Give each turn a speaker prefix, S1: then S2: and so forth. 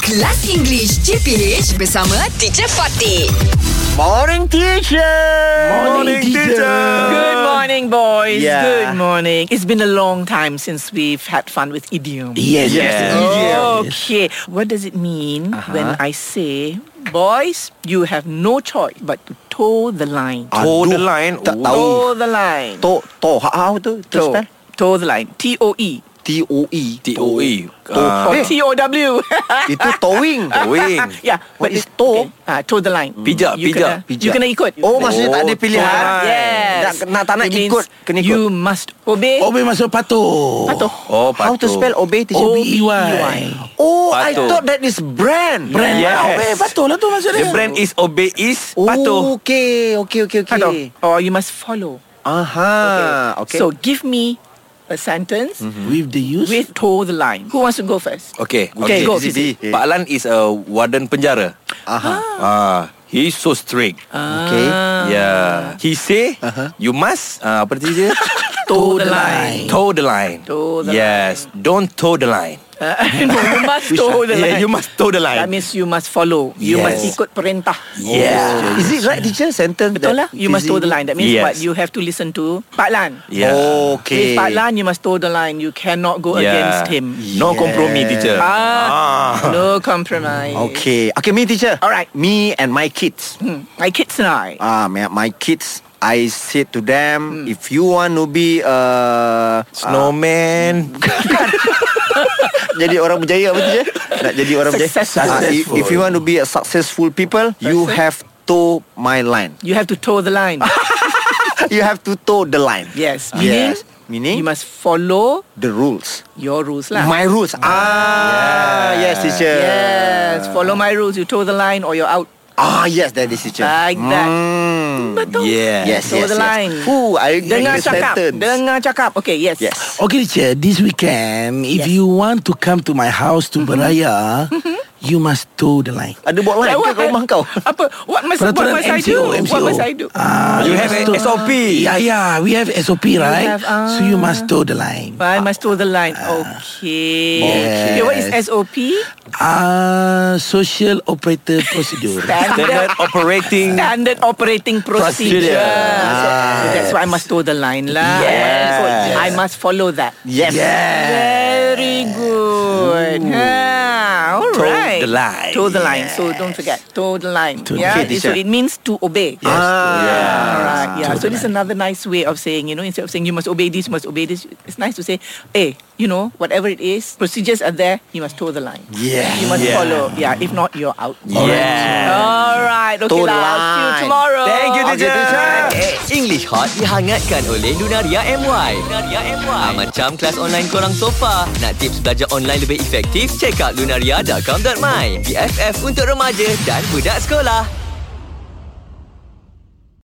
S1: Kelas English CPH bersama Teacher Fatih.
S2: Morning teacher.
S3: Morning, teacher.
S4: Good morning, boys.
S2: Yeah.
S4: Good morning. It's been a long time since we've had fun with idiom.
S3: Yes. Oh. Uh-huh.
S2: Yes.
S4: Okay. What does it mean when I say, boys, you have no choice but to toe the line?
S2: Toe the
S3: Aduh,
S2: line.
S3: tak tahu.
S4: Toe the line.
S3: Oh. To to how, how tu? To
S4: Toe.
S3: spell?
S4: Toe the line. T O E.
S3: T O E. T
S2: TOE.
S3: To.
S4: Or
S3: Eh,
S4: T O W.
S3: itu towing.
S2: Wing.
S4: Yeah.
S3: What
S4: but
S3: is
S4: it's-
S3: toe?
S4: okay. Ah, toe the line.
S2: Pijak,
S4: You
S2: pijak,
S4: kena- You kena ikut.
S3: Oh, maksudnya tak
S2: Oh,
S3: ada pilihan.
S2: toe line.
S4: Yes.
S3: Nak nak tak nak
S4: It means
S3: ikut, kena ikut.
S4: You must obey.
S5: Obey masuk patuh. E
S4: Patuh.
S2: Oh,
S3: How to spell obey teacher?
S5: O-B-E-Y.
S3: Oh, I
S2: Patuh.
S3: thought that is brand.
S5: Brand
S2: Yes.
S5: yes. Obey patuh lah tu maksud
S2: The
S5: dia.
S2: brand is obey is
S3: Oh,
S2: patuh.
S3: Okay, okay, okay, okay.
S4: Patuh. Or you must follow.
S3: Aha. Okay. Mm. Mhm.
S4: So give me a sentence
S5: With the use.
S4: with toe the line. Who wants to go first?
S6: Okay,
S4: Okay, go,
S3: Fizi.
S6: Pak Lan is a warden penjara.
S3: aha.
S6: Ah, he is so strict.
S4: Ah.
S3: Okay.
S4: Uh,
S6: Yeah. He say
S4: Uh-huh.
S6: you must uh, apa tadi dia?
S4: Toe the line.
S6: toe the line.
S4: Toe the
S6: yes. line. Don't toe the line.
S4: no, you must toe the
S6: yeah,
S4: line.
S6: you must toe the
S4: That
S6: line.
S4: means you must follow. You must
S6: Yes.
S4: ikut perintah.
S6: yeah.
S3: Is it right teacher sentence?
S4: Betul lah.
S3: that
S4: You must
S3: Fizi-
S4: toe the line. That means
S6: Yes.
S4: what? You have to listen to Pak Lan.
S6: Yeah.
S3: Okay.
S4: If Pak Lan, you must toe the line. You cannot go Oh, against him.
S6: No compromi teacher.
S4: Ah, No compromise.
S3: Okay. Okay, me teacher.
S4: All right.
S3: Me and my kids.
S4: Hmm. My kids and I.
S3: Ah, my, my kids. I said to them,
S4: Hmm.
S3: if you want to be uh,
S6: Snowman.
S3: jadi orang berjaya apa tu je? Nak jadi orang berjaya.
S4: Successful.
S3: Ah, if, if you want to be a successful people, you
S4: Success.
S3: have to my line.
S4: You have to toe the line.
S3: You have to toe the line.
S4: yes.
S3: Ah,
S4: Meaning,
S3: yes. Meaning
S4: you must follow
S3: the rules.
S4: your rules lah.
S3: My rules. Ah, yes, teacher.
S4: Yes, follow my rules. You toe the line or you're out.
S3: Ah, yes, that is teacher.
S4: Like that.
S3: Mm.
S4: Betul.
S6: Yeah.
S3: Yes,
S4: Toe
S3: yes,
S4: the
S3: yes.
S4: line.
S3: Ooh, I agree
S4: Dengar
S3: with the
S4: cakap.
S3: sentence.
S4: Dengar cakap. Okay, yes.
S3: Yes.
S5: Okay teacher, this weekend if
S4: Yes.
S5: you want to come to my house to beraya, you must toe the line.
S3: Ada buat line ke
S4: Like what?
S3: rumah kau?
S4: Apa? What must, what
S5: Peraturan
S4: must I
S5: MCO,
S4: do? What
S5: MCO.
S4: must I do?
S5: Ah,
S6: You have
S5: must
S6: a
S5: toe-
S6: SOP.
S5: Yeah, yeah, we have SOP, right?
S4: have, ah.
S5: So you must toe the line.
S4: I must toe the line. Okay.
S3: Yes.
S4: Okay, what is SOP?
S5: Ah, social operator procedure.
S6: Standard operating.
S4: Standard operating procedure.
S6: Procedure.
S4: So, so that's why I must toe the line lah. Yes. I must follow that.
S3: Yes.
S4: Very good. Ha, all right.
S6: the line.
S4: Toe the line. So don't forget. Toe the line. yeah.
S3: Okay,
S4: so
S3: teacher.
S4: it means to obey.
S3: Yes. Ah.
S4: All right. Yeah. So this is another nice way of saying, you know, instead of saying you must obey this, you must obey this, it's nice to say, hey, you know, whatever it is, procedures are there. You must toe the line.
S3: Yeah.
S4: You must
S6: Yeah.
S4: follow. Yeah. If not, you're out.
S6: Yeah.
S4: All right. Okay.
S3: Toe the
S4: lah. I'll see you
S3: line.
S4: tomorrow.
S6: Thank you,
S3: Okay, teacher.
S7: English Hot dihangatkan oleh Lunaria MY. Lunaria MY. Ha, macam kelas online korang sofa. Nak tips belajar online lebih efektif? Check out lunaria.com.my. BFF untuk remaja dan budak sekolah.